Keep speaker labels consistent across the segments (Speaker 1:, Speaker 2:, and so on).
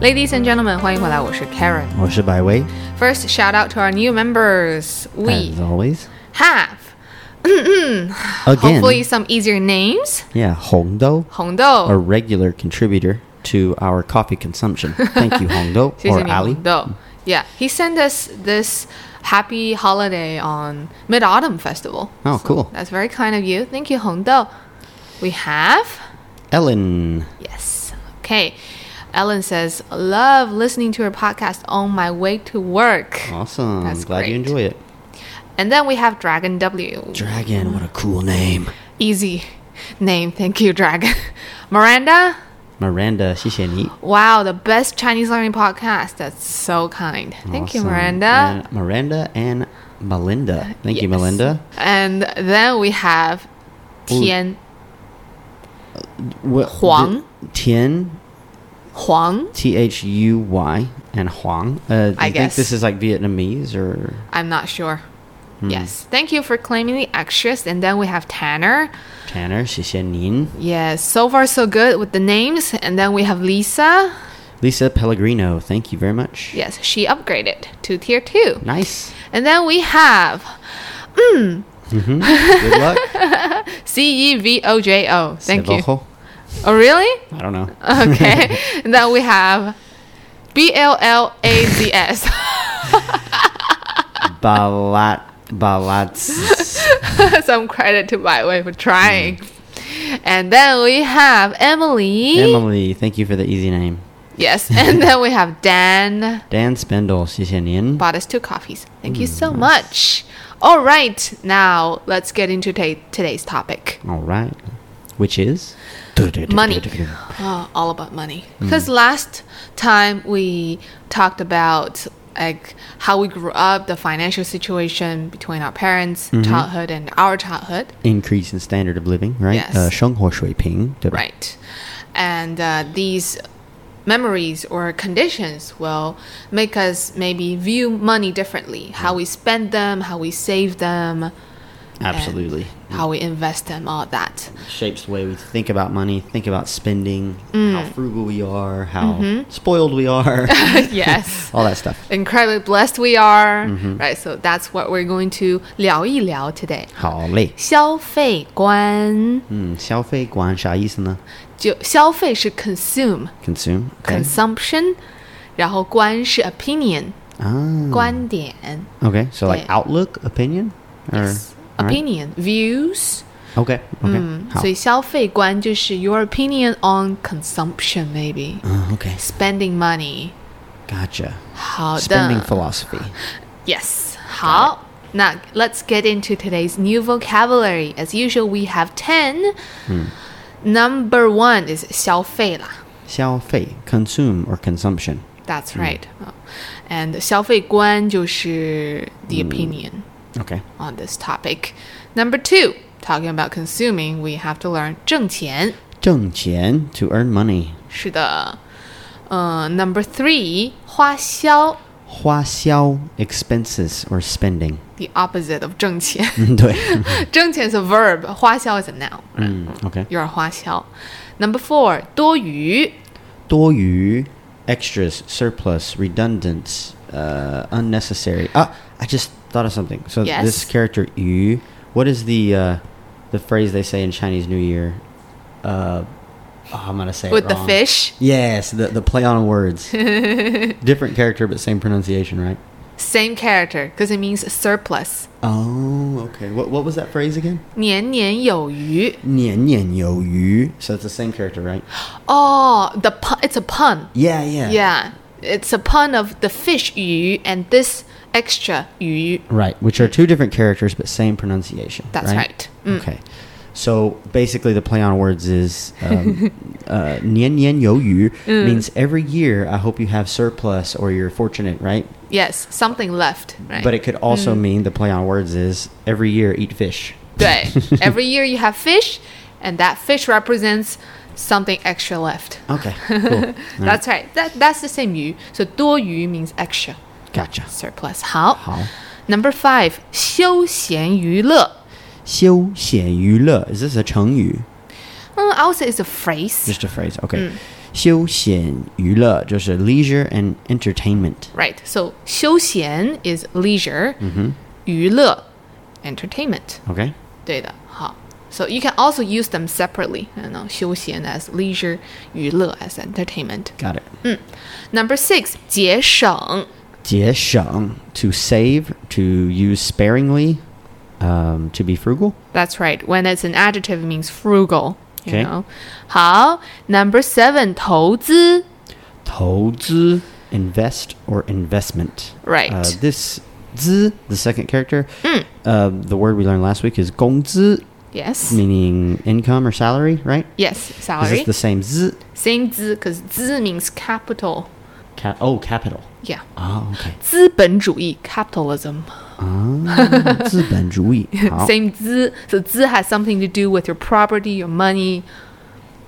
Speaker 1: Ladies and gentlemen，欢迎回来，我是 Karen。
Speaker 2: 我是百威
Speaker 1: First, shout out to our new members. We
Speaker 2: as always
Speaker 1: have
Speaker 2: again
Speaker 1: hopefully some easier names.
Speaker 2: yeah Hongdo
Speaker 1: 红
Speaker 2: a
Speaker 1: 豆，
Speaker 2: regular contributor to our coffee consumption thank you Hongdo
Speaker 1: 谢谢
Speaker 2: or
Speaker 1: 你
Speaker 2: Ali
Speaker 1: 红豆。Yeah, he sent us this happy holiday on Mid Autumn Festival.
Speaker 2: Oh, cool.
Speaker 1: That's very kind of you. Thank you, 红豆。We have.
Speaker 2: Ellen
Speaker 1: Yes. Okay. Ellen says, love listening to your podcast on my way to work.
Speaker 2: awesome
Speaker 1: That's
Speaker 2: glad you
Speaker 1: great.
Speaker 2: enjoy it
Speaker 1: And then we have Dragon W.
Speaker 2: Dragon what a cool name
Speaker 1: Easy name. Thank you, Dragon. Miranda.
Speaker 2: Miranda 谢谢你
Speaker 1: Wow, the best Chinese learning podcast. That's so kind. Thank you,
Speaker 2: Awesome.
Speaker 1: Miranda.
Speaker 2: And Miranda and Melinda thank you
Speaker 1: Yes.
Speaker 2: Melinda
Speaker 1: And then we have Tian
Speaker 2: what,
Speaker 1: Huang.
Speaker 2: the- Tien
Speaker 1: Huang.
Speaker 2: T H U Y and Huang uh, do
Speaker 1: I
Speaker 2: you think
Speaker 1: guess.
Speaker 2: this is like Vietnamese or
Speaker 1: I'm not sure. Yes. Thank you for claiming the extras. And then we have Tanner.
Speaker 2: Tanner 谢谢您
Speaker 1: Yes, so far so good with the names. And then we have Lisa.
Speaker 2: Lisa Pellegrino thank you very much
Speaker 1: Yes, she upgraded to tier two.
Speaker 2: nice
Speaker 1: And then we have
Speaker 2: Good luck.
Speaker 1: C E V O J O. Thank you.
Speaker 2: Cevojo?
Speaker 1: Oh, really?
Speaker 2: I don't know.
Speaker 1: Okay. and then we have B L L A Z S.
Speaker 2: Balat. Balats.
Speaker 1: Some credit to my way for trying. And then we have Emily.
Speaker 2: Emily, thank you for the easy name.
Speaker 1: Yes. And then we have Dan.
Speaker 2: Dan Spindle, 谢谢您.
Speaker 1: Bought us two coffees. Thank you so much. All right. Now let's get into ta- today's topic.
Speaker 2: All right. Which is?
Speaker 1: money. Oh, all about money. Because last time we talked about like how we grew up, the financial situation between our parents' childhood and our childhood,
Speaker 2: Increase in standard of living, right?
Speaker 1: Yes.
Speaker 2: Uh, 生活水平,对吧？
Speaker 1: right? And uh, these memories or conditions will make us maybe view money
Speaker 2: Mm-hmm.
Speaker 1: differently, how we spend them, how we save them, and
Speaker 2: Absolutely.
Speaker 1: how we invest them, all that.
Speaker 2: Shapes the way we think about money, think about spending,
Speaker 1: Mm.
Speaker 2: how frugal we are, how
Speaker 1: Mm-hmm.
Speaker 2: spoiled we are,
Speaker 1: yes.
Speaker 2: all that stuff.
Speaker 1: incredibly blessed we are,
Speaker 2: Mm-hmm.
Speaker 1: right? So that's what we're going to 聊一聊 today.
Speaker 2: 好嘞。
Speaker 1: 消费观就消费是
Speaker 2: Hmm, 嗯，消费观啥意思呢？
Speaker 1: consume
Speaker 2: Consume. Okay.
Speaker 1: consumption，然后观是 opinion、
Speaker 2: Ah.
Speaker 1: 观点
Speaker 2: Okay, so like
Speaker 1: Yeah.
Speaker 2: outlook, opinion, or all right.
Speaker 1: opinion Mm, views.
Speaker 2: Okay, okay, 好，
Speaker 1: 所以消费观就是 your opinion on consumption maybe
Speaker 2: 嗯，okay, Ah,
Speaker 1: spending money.
Speaker 2: gotcha.
Speaker 1: 好的
Speaker 2: Spending philosophy.
Speaker 1: Yes. 好，那 Let's get into today's new vocabulary. As usual, we have ten.
Speaker 2: Hmm.
Speaker 1: Number one is 消费啦。
Speaker 2: 消费 consume or consumption.
Speaker 1: That's
Speaker 2: Hmm.
Speaker 1: right. 啊 And 消费观就是 the
Speaker 2: Hmm.
Speaker 1: opinion
Speaker 2: Okay,
Speaker 1: on this topic. Number two, talking about consuming, we have to learn 挣钱。
Speaker 2: 挣钱 to earn money.
Speaker 1: 是的。呃，Number three，花销
Speaker 2: 花销 expenses or spending.
Speaker 1: the opposite of 挣钱。
Speaker 2: 对，
Speaker 1: 挣钱 is a verb，花销 is a noun.
Speaker 2: 嗯，okay. Mm,
Speaker 1: 有点花销。Number four，多余
Speaker 2: 多余 extras, surplus, redundant, uh, unnecessary. Ah, I just thought of something. So
Speaker 1: Yes.
Speaker 2: this character yu, what is the uh, the phrase they say in Chinese New Year? Uh, oh, I'm gonna say it
Speaker 1: with the
Speaker 2: wrong.
Speaker 1: fish,
Speaker 2: Yes, the the play on words. Different character, but same pronunciation, right?
Speaker 1: same character because it means surplus.
Speaker 2: Oh, okay. What what was that phrase again?
Speaker 1: 年年有余.
Speaker 2: 年年有余. So it's the same character, right?
Speaker 1: Oh, the pun. It's a pun.
Speaker 2: Yeah, yeah,
Speaker 1: Yeah, it's a pun of the fish yu and this extra yu.
Speaker 2: Right, which are two different characters but same pronunciation.
Speaker 1: That's right. Mm.
Speaker 2: Okay. So basically, the play on words is um, uh, 年年有余
Speaker 1: Mm.
Speaker 2: means every year I hope you have surplus or you're fortunate, right?
Speaker 1: Yes, something left. Right. Mm.
Speaker 2: But it could also mean the play on words is every year eat fish.
Speaker 1: 对, every year you have fish, and that fish represents something extra left.
Speaker 2: Okay, cool. All right,
Speaker 1: That's right. That that's the same yu. So 多余 means extra,
Speaker 2: gotcha.
Speaker 1: surplus. 好。
Speaker 2: 好
Speaker 1: Number five，休闲娱乐。
Speaker 2: 休闲娱乐. Is this a 成语?
Speaker 1: Mm, I would say it's a phrase.
Speaker 2: Just a phrase.
Speaker 1: Mm.
Speaker 2: Okay. 休闲娱乐就是 leisure and entertainment.
Speaker 1: Right. So 休闲 is leisure, 娱乐 entertainment.
Speaker 2: Okay.
Speaker 1: 对的，好。So you can also use them separately. You know, 休闲 as leisure, 娱乐 as entertainment. Mm.
Speaker 2: Got it.
Speaker 1: Number six, 节省.
Speaker 2: 节省 to save, to use sparingly, um, to be frugal.
Speaker 1: That's right. When it's an adjective, it means frugal. You
Speaker 2: Okay.
Speaker 1: know. 好, number seven, 投资.
Speaker 2: 投资 invest or investment.
Speaker 1: Right. Mm.
Speaker 2: Uh, this 资, the second character, uh, the word we learned last week is 工资,
Speaker 1: Yes.
Speaker 2: meaning income or salary, right?
Speaker 1: Yes,
Speaker 2: Is
Speaker 1: salary.
Speaker 2: this the same 资?
Speaker 1: Same 资, because 资 means capital.
Speaker 2: Cap- oh, capital.
Speaker 1: Yeah.
Speaker 2: Oh, okay.
Speaker 1: 资本主义 capitalism.
Speaker 2: Ah, 资本主义.
Speaker 1: Same 资. So 资 has something to do with your property, your money,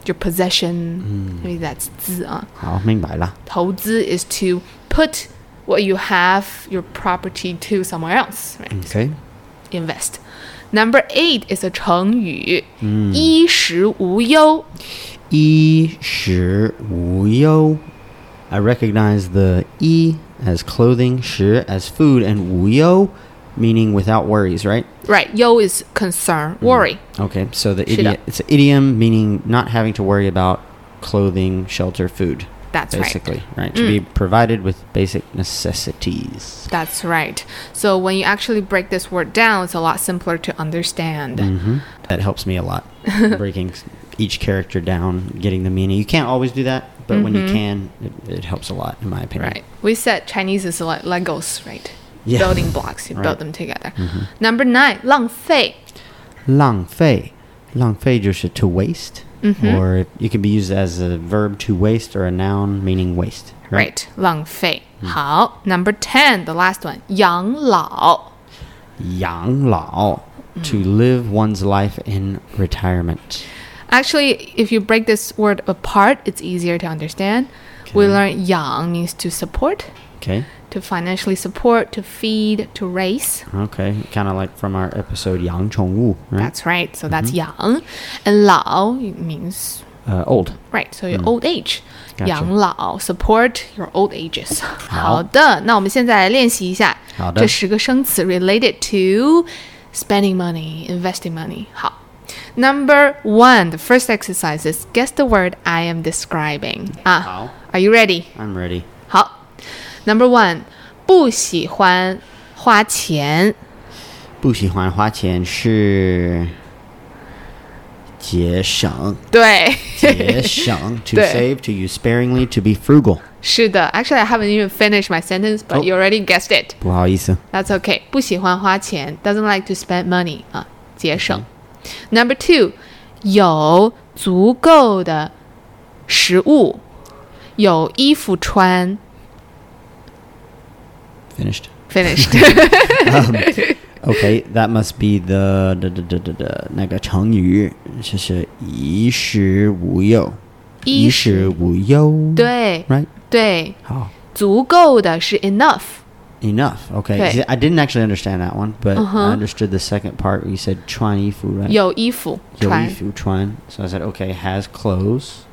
Speaker 1: your possession.
Speaker 2: Mm.
Speaker 1: Maybe that's 资 uh.
Speaker 2: 好，好，明白了。
Speaker 1: 投资 is to put what you have, your property, to somewhere else. Right?
Speaker 2: Okay.
Speaker 1: invest. Number eight is a 成语，
Speaker 2: Mm.
Speaker 1: 衣食无忧。
Speaker 2: 衣食无忧. I recognize the e as clothing, 食 as food, and 无忧 meaning without worries, right? Mm-hmm.
Speaker 1: Right, 忧 is concern,
Speaker 2: Mm.
Speaker 1: worry.
Speaker 2: Okay, so the
Speaker 1: Shida.
Speaker 2: idiom, it's an idiom meaning not having to worry about clothing, shelter, food.
Speaker 1: That's right. Mm.
Speaker 2: basically, right. To be provided with basic necessities.
Speaker 1: That's right. So when you actually break this word down, it's a lot simpler to understand.
Speaker 2: Mm. Mm-hmm. That helps me a lot. breaking s- each character down, getting the meaning. You can't always do that, but when
Speaker 1: Mm-hmm.
Speaker 2: you can, it, it helps a lot, in my opinion.
Speaker 1: Right. We said Chinese is like Legos, right?
Speaker 2: Yeah.
Speaker 1: Building blocks, you
Speaker 2: Right. Mm-hmm.
Speaker 1: build them together. Number nine, 浪费.
Speaker 2: 浪费.浪费就是 to waste, or it- it can be used as a verb to waste or a noun meaning waste. Right.
Speaker 1: Right, 浪费.
Speaker 2: Mm.
Speaker 1: 好, number 10, the last one, 养老.
Speaker 2: 养老, to live one's life in retirement.
Speaker 1: Actually, if you break this word apart, it's easier to understand. We learn yang means to support,
Speaker 2: Okay.
Speaker 1: to financially support, to feed, to raise.
Speaker 2: Okay. Kind of like from our episode 养宠物, right?
Speaker 1: That's right. So that's yang. And lao means
Speaker 2: Uh, old.
Speaker 1: right. So your old age.
Speaker 2: Gotcha.
Speaker 1: 养老 support your old ages.
Speaker 2: 好。
Speaker 1: 好的，那我们现在来练习一下
Speaker 2: 好的。
Speaker 1: 这十个生词 related to spending money, investing money. 好。Number one, the first exercise is guess the word I am describing.
Speaker 2: 好。
Speaker 1: Ah, are you ready?
Speaker 2: I'm ready.
Speaker 1: 好，Number one，不喜欢花钱，
Speaker 2: 不喜欢花钱是节省。
Speaker 1: 对，
Speaker 2: 节省 to
Speaker 1: 对。
Speaker 2: save, to use sparingly, to be frugal.
Speaker 1: 是的。Actually, I haven't even finished my sentence, but
Speaker 2: Oh.
Speaker 1: you already guessed it.
Speaker 2: 不好意思。
Speaker 1: That's okay. 不喜欢花钱，doesn't like to spend money 啊，节省。Number two，有足够的食物，有衣服穿。
Speaker 2: Finished.
Speaker 1: Finished.
Speaker 2: Okay, that must be the 那个成语，就是衣食无忧。
Speaker 1: 衣食。
Speaker 2: 衣食无忧，
Speaker 1: 对
Speaker 2: right?
Speaker 1: 对，
Speaker 2: 好。
Speaker 1: 足够的是 enough。
Speaker 2: Enough. Okay.
Speaker 1: Okay.
Speaker 2: See, I didn't actually understand that one, but I understood the second part. where You said chuan yifu, right?
Speaker 1: 有衣服穿，
Speaker 2: Yifu chuan. So I said, okay, has clothes,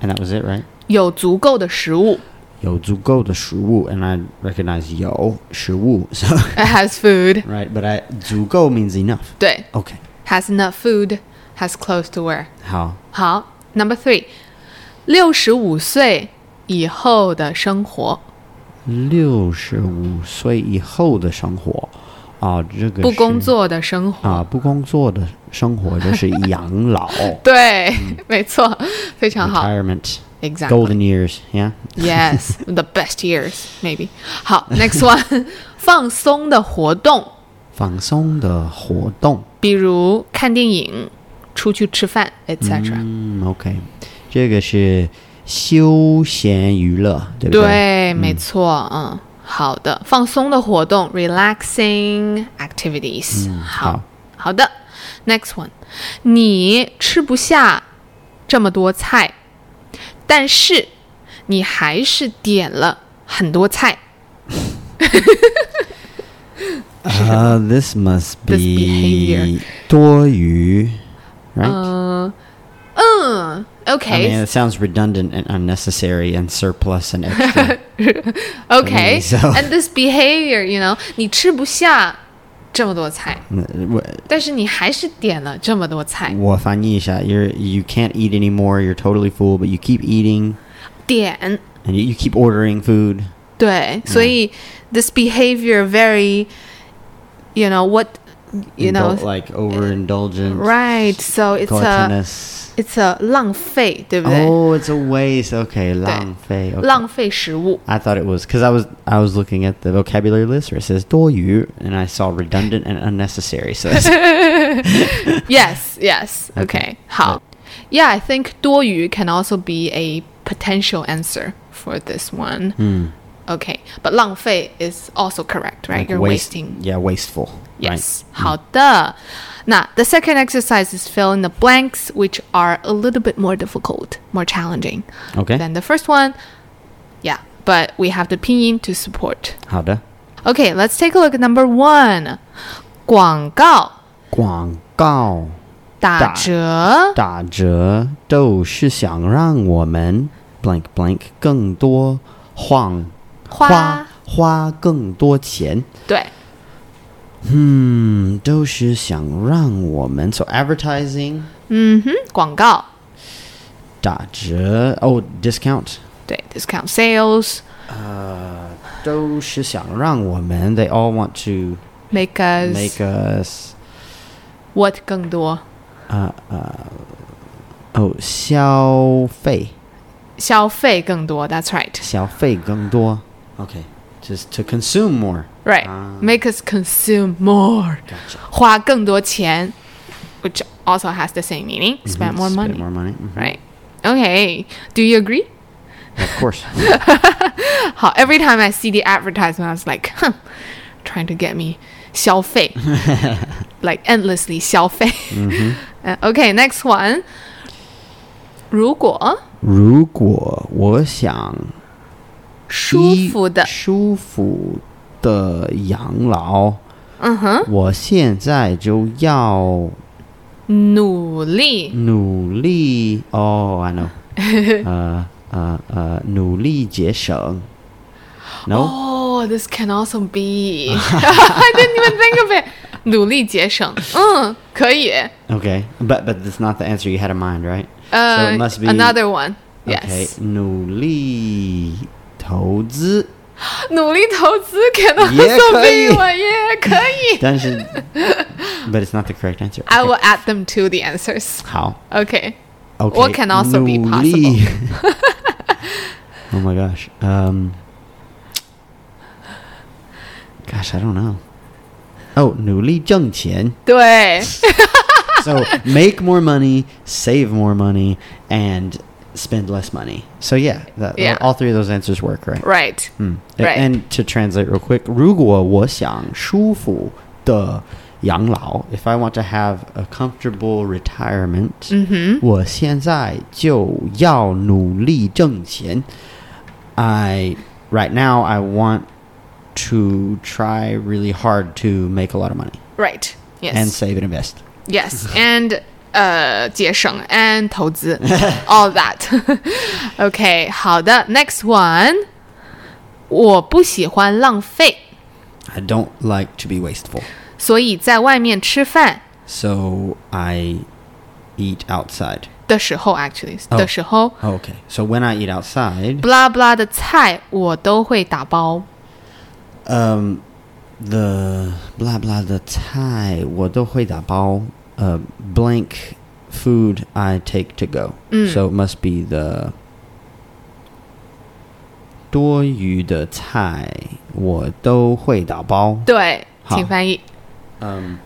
Speaker 2: and that was it, right?
Speaker 1: 有足够的食物
Speaker 2: 有足够的食物, and I recognize 有食物, so
Speaker 1: ，it has food。
Speaker 2: right. But I 足够 means enough.
Speaker 1: 对
Speaker 2: Okay.
Speaker 1: ，has enough food, has clothes to wear。
Speaker 2: How?
Speaker 1: 好，Number three，六十五岁以后的生活
Speaker 2: 六十五岁以后的生活，啊，这个
Speaker 1: 不工作的生
Speaker 2: 啊
Speaker 1: 活。
Speaker 2: 啊，不工作的生活就是养老
Speaker 1: 对，没错，非常啊好。
Speaker 2: retirement
Speaker 1: Exactly.
Speaker 2: golden years. Yeah.
Speaker 1: Yes, the best years maybe. 好，next one，放松的活动，
Speaker 2: 放松的活动。
Speaker 1: 比如看电影、出去吃饭，etc.
Speaker 2: 嗯，OK，这个是休闲娱乐，对不
Speaker 1: 对，没错，嗯，好的，放松的活动，relaxing activities，、
Speaker 2: 嗯好
Speaker 1: 好好的，next one，你吃不下这么多菜，但是你还是点了很多菜，
Speaker 2: Uh, this must
Speaker 1: This
Speaker 2: be
Speaker 1: behavior.
Speaker 2: 多余, right?
Speaker 1: Uh, uh,
Speaker 2: I mean,
Speaker 1: okay.
Speaker 2: it sounds redundant and unnecessary and surplus and extra.
Speaker 1: okay.
Speaker 2: so-
Speaker 1: And this behavior, you know, 你吃不下这么多菜，但是你还是点了这么多菜。
Speaker 2: 嗯我翻译一下, you're, you can't eat anymore. You're totally full, but you keep eating
Speaker 1: 点
Speaker 2: and you, you keep ordering food.
Speaker 1: 对，所以 this behavior very, you know what, you know,
Speaker 2: Indul- like overindulgence.
Speaker 1: right? So it's a
Speaker 2: gluttonous.
Speaker 1: it's a 浪费，对不对？
Speaker 2: oh, it's a waste. Okay, 浪费. Okay.
Speaker 1: 浪费食 物，
Speaker 2: I thought it was because I was I was looking at the vocabulary list where it says 多余 and I saw redundant and unnecessary. So that's
Speaker 1: Yes, yes. Okay.
Speaker 2: Okay.
Speaker 1: 好. Yeah, I think 多余 can also be a potential answer for this one.
Speaker 2: Hmm.
Speaker 1: Okay, but 浪费 is also correct, right?
Speaker 2: like Hmm。
Speaker 1: You're
Speaker 2: waste-
Speaker 1: wasting.
Speaker 2: Yeah, wasteful.
Speaker 1: Yes. 好的. Now, the second exercise is fill in the blanks, which are a little bit more difficult, more challenging
Speaker 2: Right. Okay.
Speaker 1: than the first one. Yeah, but we have the pinyin to support.
Speaker 2: 好的。
Speaker 1: Okay, let's take a look at number one. 广告
Speaker 2: 广告
Speaker 1: 打折。
Speaker 2: 打折都是想让我们 blank blank 更多晃
Speaker 1: 花。
Speaker 2: 花花更多钱。
Speaker 1: 对。
Speaker 2: Hmm, 都是想让我们 so advertising
Speaker 1: 广告，
Speaker 2: 打折 oh discount
Speaker 1: 对，discount sales
Speaker 2: uh, they all want to
Speaker 1: make us
Speaker 2: make us
Speaker 1: what 更多
Speaker 2: oh 消费
Speaker 1: 消费更多，that's right，right，make
Speaker 2: 消费更多 okay just to consume more Ah.
Speaker 1: us consume more，花更多钱，which also has the same meaning，spend more
Speaker 2: Mm-hmm. Spend
Speaker 1: money，
Speaker 2: more money mhm.
Speaker 1: right？Okay，do you agree？
Speaker 2: Of course.
Speaker 1: 好，every time I see the advertisement, I was like, huh, trying to get me 消 费，like endlessly 消费。Uh,
Speaker 2: Mm-hmm.
Speaker 1: Okay, next one，如果
Speaker 2: 如果我想
Speaker 1: 舒
Speaker 2: 一
Speaker 1: 服的。
Speaker 2: 舒服的养老，
Speaker 1: 嗯哼，
Speaker 2: 我现在就要
Speaker 1: 努力，
Speaker 2: Mm. 努力哦、i know，呃 呃呃，努力节省。No，、
Speaker 1: Oh, this can also be. I didn't even think of it. 努力节省，嗯，可以。
Speaker 2: okay, but but that's not the answer you had in mind, right? so
Speaker 1: 呃、
Speaker 2: it must be
Speaker 1: another one.
Speaker 2: Okay,
Speaker 1: Yes，、
Speaker 2: 努力投资，
Speaker 1: 努力投资 can
Speaker 2: 也
Speaker 1: also
Speaker 2: 可以
Speaker 1: be one. 也可 以。
Speaker 2: 但是，but it's not the correct answer.
Speaker 1: I
Speaker 2: Okay,
Speaker 1: will add them to the answers.
Speaker 2: 好。
Speaker 1: Okay.
Speaker 2: Okay.
Speaker 1: What can also be possible?
Speaker 2: 努力。oh my gosh. Um, gosh, I don't know. Oh, 努力挣钱.
Speaker 1: 对
Speaker 2: So make more money, save more money, and spend less money. So yeah, that,
Speaker 1: Yeah.
Speaker 2: all three of those answers work, right?
Speaker 1: ，right.
Speaker 2: Mm. A-
Speaker 1: Right.
Speaker 2: And to translate real quick, 如果我想舒服的养老, if I want to have a comfortable retirement, 我现在就要努力挣钱. I right now I want to try really hard to make a lot of money
Speaker 1: Right. Yes.
Speaker 2: and save and invest.
Speaker 1: Yes, and 呃，节省 and 投资 all that. okay, 好的，next one. 我不喜欢浪费，所以在外面吃饭
Speaker 2: I don't like to be wasteful, so I eat outside.
Speaker 1: 的时候 actually
Speaker 2: Oh.
Speaker 1: 的时候
Speaker 2: Okay, so when I eat outside,
Speaker 1: blah blah 的菜我都会打包。
Speaker 2: um, the blah blah the Thai 我都会打包 uh, blank food I take to go. So it must be the 多余的菜我都会打包。
Speaker 1: 对，
Speaker 2: 好。
Speaker 1: 请翻译。
Speaker 2: Um,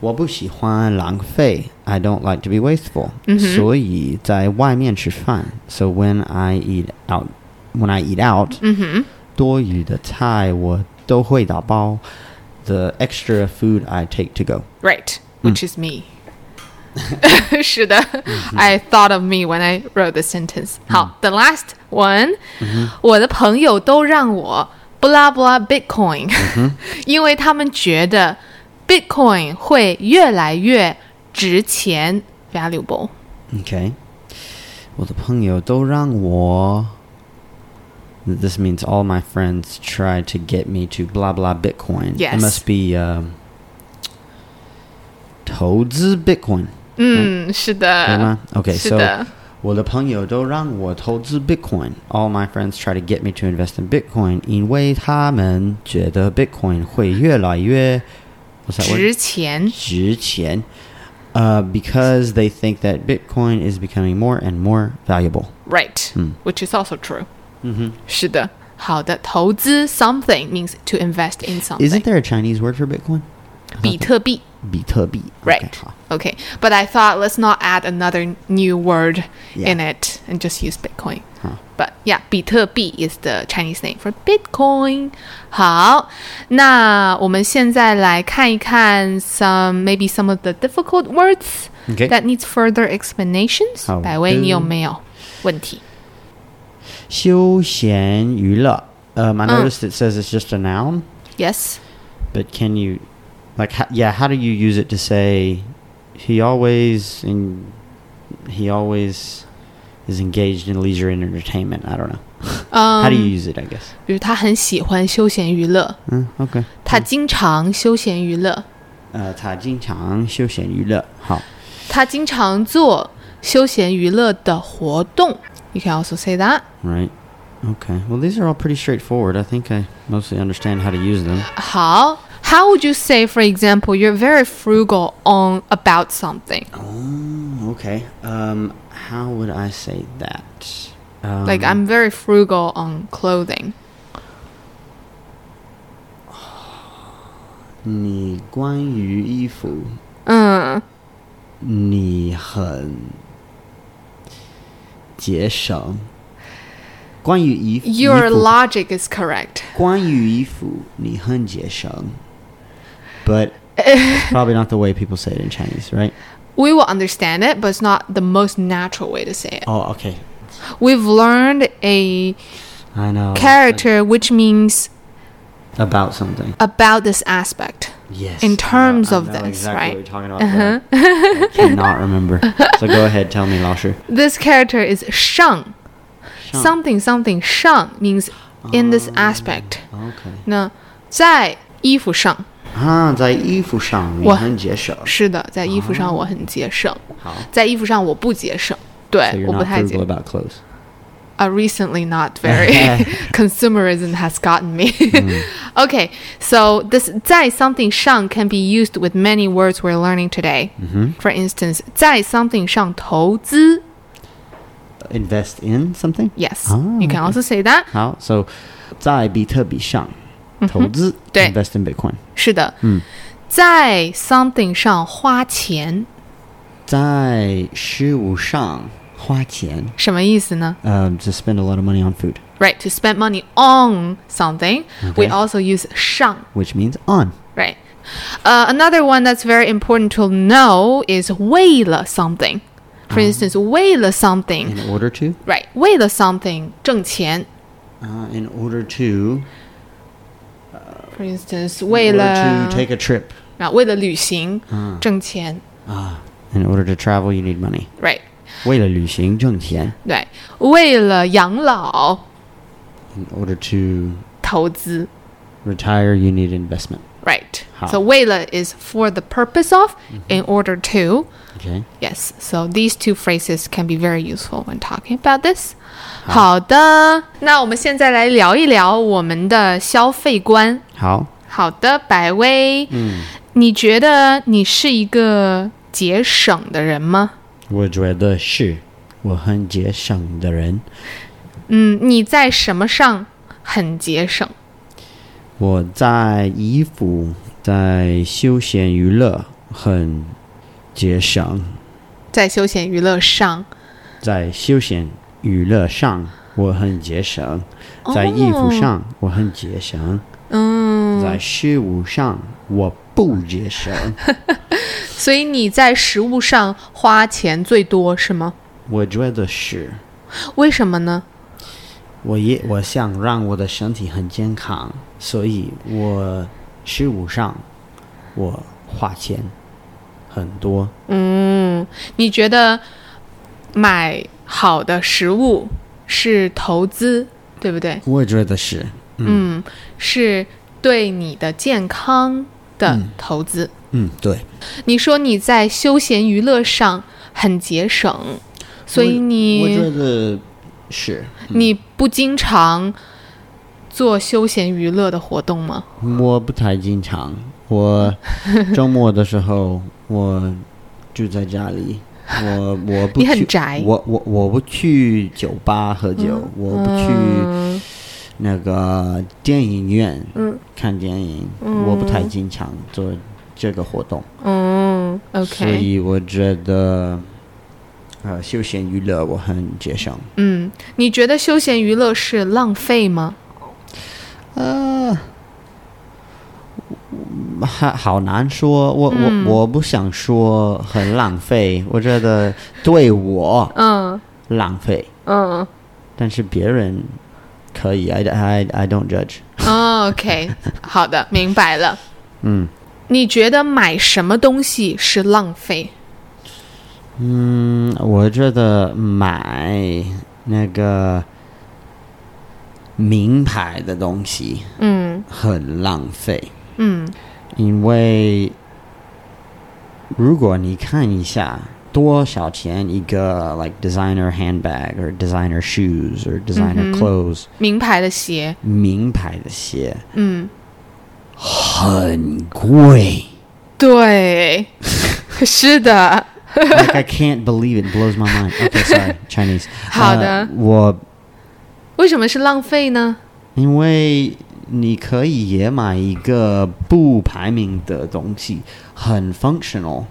Speaker 2: 我不喜欢浪费. I don't like to be wasteful. 所以在外面吃饭. So when I eat out, when I eat out, 多余的菜我都会打包. The extra food I take to go.
Speaker 1: Right, which
Speaker 2: Hmm.
Speaker 1: is me. 是的、i
Speaker 2: Mm-hmm.
Speaker 1: thought of me when I
Speaker 2: Hmm. Mm-hmm.
Speaker 1: wrote the sentence. 好、the last one，、我的朋友都让我不拉不拉 Bitcoin，、因
Speaker 2: Mm-hmm.
Speaker 1: 为他们觉得 Bitcoin 会越来越值钱
Speaker 2: Hmm.
Speaker 1: valuable。
Speaker 2: Okay. 我的朋友都让我- This means all my friends try to get me to blah blah Bitcoin. It
Speaker 1: Yes.
Speaker 2: must be um, 投资 Bitcoin.
Speaker 1: 嗯，Hmm, 是的，
Speaker 2: Okay,
Speaker 1: 是
Speaker 2: so
Speaker 1: 的，
Speaker 2: 我的朋友都让我投资 Bitcoin. All my friends try to get me to invest in Bitcoin 因为他们觉得 Bitcoin 会越来越 What's that word?
Speaker 1: 值钱。
Speaker 2: 值钱, uh, because they think that Bitcoin is becoming more and more valuable.
Speaker 1: Right,
Speaker 2: 嗯
Speaker 1: which is also true.
Speaker 2: Mhm.
Speaker 1: 是的，好的，投资 something means to invest in
Speaker 2: Isn't
Speaker 1: something.
Speaker 2: there a Chinese word for Bitcoin?
Speaker 1: 比特币
Speaker 2: 比特币.
Speaker 1: Right. Okay, but I thought let's not add another new word
Speaker 2: Yeah.
Speaker 1: in it and just use Bitcoin.
Speaker 2: Huh.
Speaker 1: But yeah, 比特币 is the Chinese name for Bitcoin. 好，那我们现在来看一看 some maybe some of the difficult words
Speaker 2: Okay.
Speaker 1: that needs further explanations.
Speaker 2: 好
Speaker 1: 百威，
Speaker 2: 的
Speaker 1: 你有没有问题？
Speaker 2: 休闲娱乐. Um, I
Speaker 1: Mm.
Speaker 2: noticed it says it's just a noun,
Speaker 1: Yes.
Speaker 2: but can you, like, ho- yeah, how do you use it to say he always in, he always is engaged in leisure and entertainment? I don't know. how do you use it? I guess.
Speaker 1: 比如他很喜欢休闲娱乐，
Speaker 2: Mm, okay.
Speaker 1: 他经常休闲娱乐，
Speaker 2: Uh, 呃，他经常休闲娱乐。好。
Speaker 1: 他经常做休闲娱乐的活动。You can also say that.
Speaker 2: Right. Okay. Well, these are all pretty straightforward. I think I mostly understand how to use them.
Speaker 1: 好，How would you say, for example, you're very frugal on about something?
Speaker 2: Oh, okay. Um, how would I say that? Um,
Speaker 1: Like I'm very frugal on clothing.
Speaker 2: 你关于衣服，你很节俭。
Speaker 1: 嗯，
Speaker 2: 关于衣服
Speaker 1: your logic is correct.
Speaker 2: 关于衣服，你很节省。But probably not the way people say it in Chinese, right?
Speaker 1: We will understand it, but it's not the most natural way to say it.
Speaker 2: Oh, okay.
Speaker 1: We've learned a
Speaker 2: I know.
Speaker 1: character which means
Speaker 2: about something.
Speaker 1: about this aspect.
Speaker 2: Yes.
Speaker 1: in
Speaker 2: I know-
Speaker 1: terms
Speaker 2: I
Speaker 1: of
Speaker 2: know
Speaker 1: this,
Speaker 2: exactly
Speaker 1: right? Uh-huh.
Speaker 2: What you're talking about. but I cannot remember. So go ahead, tell me, Laoshu.
Speaker 1: This character is shang.
Speaker 2: Shang.
Speaker 1: Something something shang means in this
Speaker 2: Ah.
Speaker 1: aspect.
Speaker 2: Okay.
Speaker 1: 那在衣服上。
Speaker 2: Ah, 在衣服上
Speaker 1: 哇。
Speaker 2: 你很节省。
Speaker 1: 是的，在衣服上我很节省，
Speaker 2: 好
Speaker 1: 在衣服上我不节省，对
Speaker 2: So，you're
Speaker 1: 我不
Speaker 2: not
Speaker 1: 太节
Speaker 2: frugal。about clothes.
Speaker 1: Uh, recently, not very consumerism has gotten me.
Speaker 2: Mm.
Speaker 1: okay, so this 在 something 上 can be used with many words we're learning today.
Speaker 2: Mm. Mm-hmm.
Speaker 1: For instance, 在 something 上投资
Speaker 2: Invest in something.
Speaker 1: ，yes,
Speaker 2: Ah,
Speaker 1: you can also say that.
Speaker 2: 好 So 在比特币上投资
Speaker 1: 对。
Speaker 2: Invest in Bitcoin.
Speaker 1: 是的，
Speaker 2: Mm.
Speaker 1: 在 something 上花钱
Speaker 2: 在食物上花钱。
Speaker 1: 什么意思呢
Speaker 2: Um, to spend a lot of money on food,
Speaker 1: ？Right, to spend money on something, we
Speaker 2: Okay.
Speaker 1: also use 上。
Speaker 2: which means on.
Speaker 1: Right. Uh, another one that's very important to know is 为了 something. For
Speaker 2: Uh-huh.
Speaker 1: instance, 为了 something.
Speaker 2: In order to.
Speaker 1: Right. 为了 something 挣钱.
Speaker 2: Uh, in order to.
Speaker 1: For instance,
Speaker 2: in
Speaker 1: 为了
Speaker 2: order to take Uh. a trip.
Speaker 1: 啊，为了旅行
Speaker 2: 嗯。
Speaker 1: 挣钱.
Speaker 2: Ah, in order to travel, you need money.
Speaker 1: Right.
Speaker 2: 为了旅行挣钱.
Speaker 1: 对。为了养老
Speaker 2: In order to
Speaker 1: 投资.
Speaker 2: retire, you need investment.
Speaker 1: Right.
Speaker 2: 好。Mm-hmm.
Speaker 1: So 为了 is for the purpose of, in order to.
Speaker 2: Okay.
Speaker 1: Yes. So these two phrases can be very useful when talking about this. 好的，那我们现在来聊一聊我们的消费观。
Speaker 2: 好，
Speaker 1: 好的，百威，嗯，你觉得你是一个节省的人吗？
Speaker 2: 我觉得是我很节省的人。我在吃饭上很
Speaker 1: 嗯，你在什么上很节
Speaker 2: 节省。
Speaker 1: 省？在休闲娱乐上，
Speaker 2: 在休闲娱乐上我很节省，在衣服上我很节省，嗯，在食物上我不节省，
Speaker 1: 所以你在食物上花钱最多是吗？
Speaker 2: 我觉得是
Speaker 1: 为什么呢？
Speaker 2: 我也我想让我的身体很健康，所以我事务上我花钱很多。
Speaker 1: 嗯，你觉得买好的食物是投资，对不对？
Speaker 2: 我觉得是，
Speaker 1: 嗯，是对你的健康的投资。
Speaker 2: 嗯，对，
Speaker 1: 你说你在休闲娱乐上很节省，所以
Speaker 2: 我
Speaker 1: 你
Speaker 2: 觉得是。
Speaker 1: 你不经常做休闲娱乐的活动吗？
Speaker 2: 我嗯不太经常，我周末的时候我就在家里，我我 不
Speaker 1: 你很
Speaker 2: 去，
Speaker 1: 宅。
Speaker 2: 我我我不去酒吧喝酒，我不去
Speaker 1: 嗯
Speaker 2: 那个电影院
Speaker 1: 嗯
Speaker 2: 看电影，我不太经常做这个活动，
Speaker 1: 嗯
Speaker 2: 所
Speaker 1: ，OK，
Speaker 2: 以我觉得呃休闲娱乐我很节省。
Speaker 1: 嗯，你觉得休闲娱乐是浪费吗？
Speaker 2: 呃，还好难说。我、
Speaker 1: 嗯
Speaker 2: 我我不想说很浪费，我觉得对我
Speaker 1: 嗯
Speaker 2: 浪费，
Speaker 1: 嗯
Speaker 2: 但是别人可以。I I I don't judge。
Speaker 1: 哦，OK，好的，明白了。
Speaker 2: 嗯
Speaker 1: 你觉得买什么东西是浪费？
Speaker 2: 嗯，我觉得买那个名牌的东西
Speaker 1: 嗯
Speaker 2: 很浪费。
Speaker 1: 嗯
Speaker 2: 因为如果你看一下多少钱一个 like designer handbag or designer shoes or designer
Speaker 1: 嗯哼
Speaker 2: clothes，、
Speaker 1: 名牌的鞋，
Speaker 2: 名牌的鞋
Speaker 1: 嗯，
Speaker 2: 很贵。
Speaker 1: 对， 是的，
Speaker 2: like I can't believe it blows my mind. Okay, sorry, Chinese.
Speaker 1: 好
Speaker 2: 呃
Speaker 1: 的
Speaker 2: 我
Speaker 1: 为什么是浪费呢？
Speaker 2: 因为你可以也买一个不排名的东西，很 functional，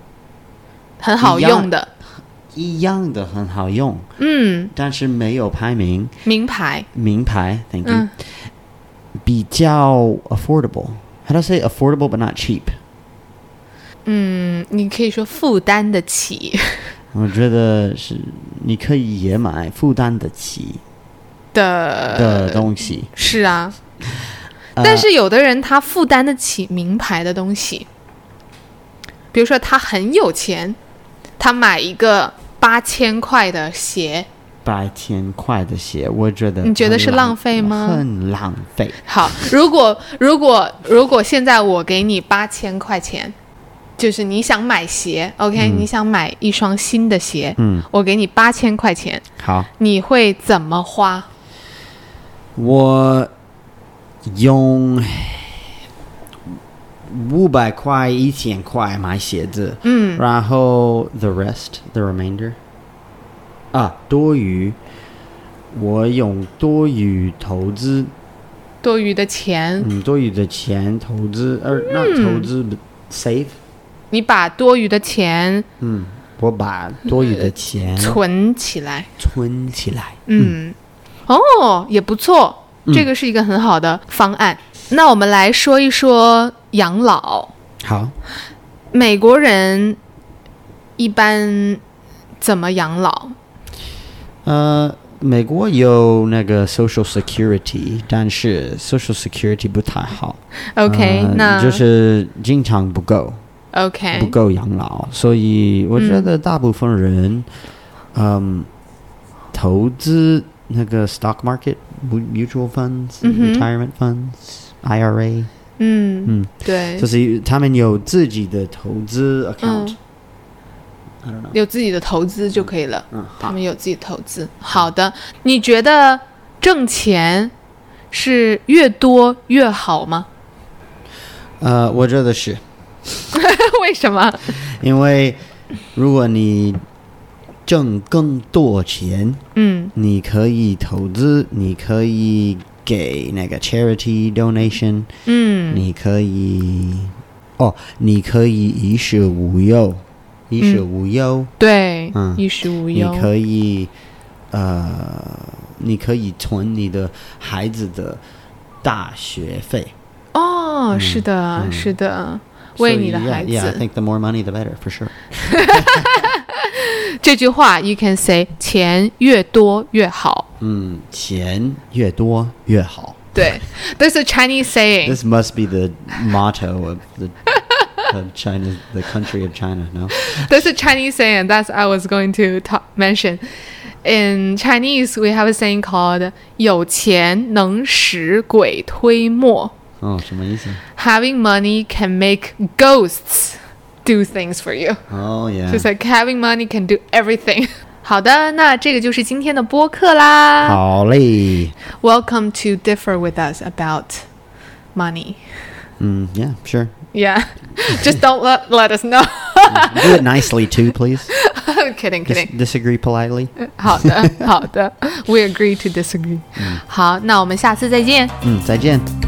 Speaker 1: 很好用的，
Speaker 2: 一样的很好用，
Speaker 1: 嗯，
Speaker 2: 但是没有排名。
Speaker 1: 名牌，
Speaker 2: 名牌，thank you，、
Speaker 1: 嗯
Speaker 2: 比较 affordable。How do I say affordable but not cheap？
Speaker 1: 嗯，你可以说负担得起
Speaker 2: 我觉得是你可以也买负担得起的
Speaker 1: 的，
Speaker 2: 东西，
Speaker 1: 是啊。
Speaker 2: 呃
Speaker 1: 但是有的人他负担得起名牌的东西，比如说他很有钱，他买一个八千块的鞋，
Speaker 2: 八千块的鞋，我觉得
Speaker 1: 你觉得
Speaker 2: 很
Speaker 1: 是浪费吗
Speaker 2: 很浪费，
Speaker 1: 好，如果如果如果现在我给你八千块钱，就是你想买鞋，OK，、你想买一双新的鞋，
Speaker 2: 嗯，
Speaker 1: 我给你八千块钱，
Speaker 2: 好，
Speaker 1: 你会怎么花？
Speaker 2: 我用五百块、一千块买鞋子，
Speaker 1: 嗯
Speaker 2: 然后 the rest the remainder 啊，多余，我用多余投资，
Speaker 1: 多余的钱，
Speaker 2: 嗯，多余的钱投资，呃，那投资 save，
Speaker 1: 你把多余的钱
Speaker 2: 嗯，我把多余的钱
Speaker 1: 存起来，
Speaker 2: 存起来，
Speaker 1: 嗯，哦，也不错，
Speaker 2: 嗯
Speaker 1: 这个是一个很好的方案。那我们来说一说养老，
Speaker 2: 好，
Speaker 1: 美国人一般怎么养老？
Speaker 2: 呃。美国有那个 Social Security，但是 Social Security 不太好。
Speaker 1: OK，、
Speaker 2: 呃
Speaker 1: 那
Speaker 2: 就是经常不够，不
Speaker 1: OK，嗯
Speaker 2: 够养老，所以我觉得大部分人，嗯，投资那个 stock market、mu- mutual funds、
Speaker 1: 嗯哼
Speaker 2: retirement funds、IRA，
Speaker 1: 嗯
Speaker 2: 嗯
Speaker 1: 对
Speaker 2: 就，是他们有自己的投资 account
Speaker 1: 嗯。有自己的投资就可以了。
Speaker 2: 嗯，
Speaker 1: 他
Speaker 2: 好，
Speaker 1: 们有自己投资。好的，你觉得挣钱是越多越好吗？
Speaker 2: 呃，我觉得是
Speaker 1: 为什么？
Speaker 2: 因为如果你挣更多钱，
Speaker 1: 嗯
Speaker 2: 你可以投资，你可以给那个 charity donation。
Speaker 1: 嗯
Speaker 2: 你可以哦，你可以衣食无忧，衣食无忧，
Speaker 1: 对，
Speaker 2: 嗯
Speaker 1: 衣食无
Speaker 2: 你
Speaker 1: 忧。
Speaker 2: 可以呃，你可以存你的孩子的大学费，
Speaker 1: 哦，是的，
Speaker 2: 嗯
Speaker 1: 是的，为
Speaker 2: So,
Speaker 1: 你的孩
Speaker 2: yeah, yeah, I
Speaker 1: 子。
Speaker 2: think the more money the better for sure.
Speaker 1: 这句话，you can say 钱越多越好。
Speaker 2: 嗯，钱越多越好。
Speaker 1: 对，There's a Chinese saying.
Speaker 2: This must be the motto of the of China, the country of China. No,
Speaker 1: There's a Chinese saying that's I was going to talk, mention. In Chinese, we have a saying called 有钱能使鬼推磨
Speaker 2: oh, 什么意思
Speaker 1: Having money can make ghosts do things for you.
Speaker 2: Oh yeah.
Speaker 1: Just like having money can do everything. 好的，那这个就是今天的播客啦。
Speaker 2: 好嘞。
Speaker 1: Welcome to differ with us about money.
Speaker 2: Mm, yeah, sure.
Speaker 1: Yeah, just don't let let us know.
Speaker 2: Do it nicely too, please.
Speaker 1: I'm kidding,
Speaker 2: Dis-
Speaker 1: kidding.
Speaker 2: disagree politely.
Speaker 1: 好的，好的，We agree to disagree. 好，那我们下次再见。
Speaker 2: Mm, 再见。